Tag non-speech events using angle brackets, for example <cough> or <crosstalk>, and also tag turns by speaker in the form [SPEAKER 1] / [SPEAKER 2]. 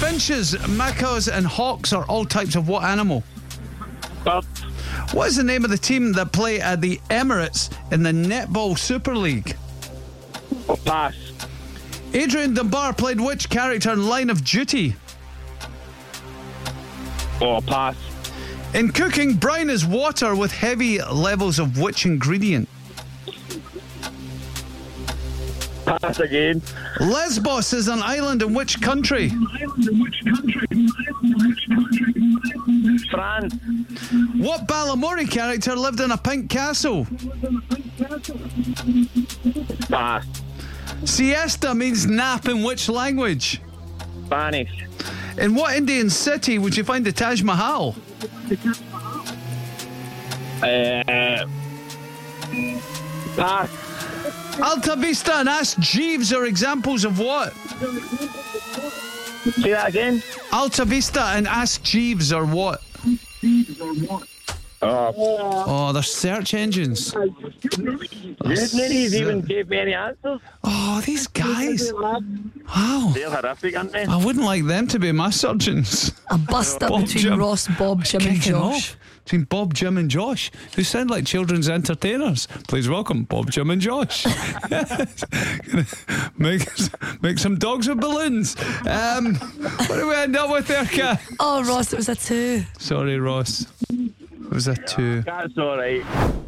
[SPEAKER 1] Finches, macaws, and hawks are all types of what animal?
[SPEAKER 2] Bird.
[SPEAKER 1] What is the name of the team that play at the Emirates in the Netball Super League?
[SPEAKER 2] Pass.
[SPEAKER 1] Adrian Dunbar played which character in Line of Duty?
[SPEAKER 2] Oh, pass.
[SPEAKER 1] In cooking, brine is water with heavy levels of which ingredient?
[SPEAKER 2] Pass again.
[SPEAKER 1] Lesbos is an island in which country?
[SPEAKER 2] France.
[SPEAKER 1] What Balamori character lived in a pink castle?
[SPEAKER 2] Pass.
[SPEAKER 1] Siesta means nap in which language?
[SPEAKER 2] Spanish.
[SPEAKER 1] In what Indian city would you find the Taj Mahal?
[SPEAKER 2] Uh, pass.
[SPEAKER 1] Alta Vista and Ask Jeeves are examples of what?
[SPEAKER 2] Say that again.
[SPEAKER 1] Alta Vista and Ask Jeeves are what?
[SPEAKER 2] Oh,
[SPEAKER 1] Oh, they're search engines.
[SPEAKER 2] Nutmery's even gave me any answers.
[SPEAKER 1] Oh, these guys. Wow.
[SPEAKER 2] They're horrific, aren't they?
[SPEAKER 1] I wouldn't like them to be my surgeons.
[SPEAKER 3] A bust up
[SPEAKER 1] Bob,
[SPEAKER 3] between
[SPEAKER 1] Jim.
[SPEAKER 3] Ross, Bob, Jim, and
[SPEAKER 1] Kicking
[SPEAKER 3] Josh.
[SPEAKER 1] off between Bob, Jim, and Josh, who sound like children's entertainers. Please welcome Bob, Jim, and Josh. <laughs> make make some dogs with balloons. Um, what do we end up with there, Kat?
[SPEAKER 3] Oh, Ross, it was a two.
[SPEAKER 1] Sorry, Ross. It was a two.
[SPEAKER 2] That's all right.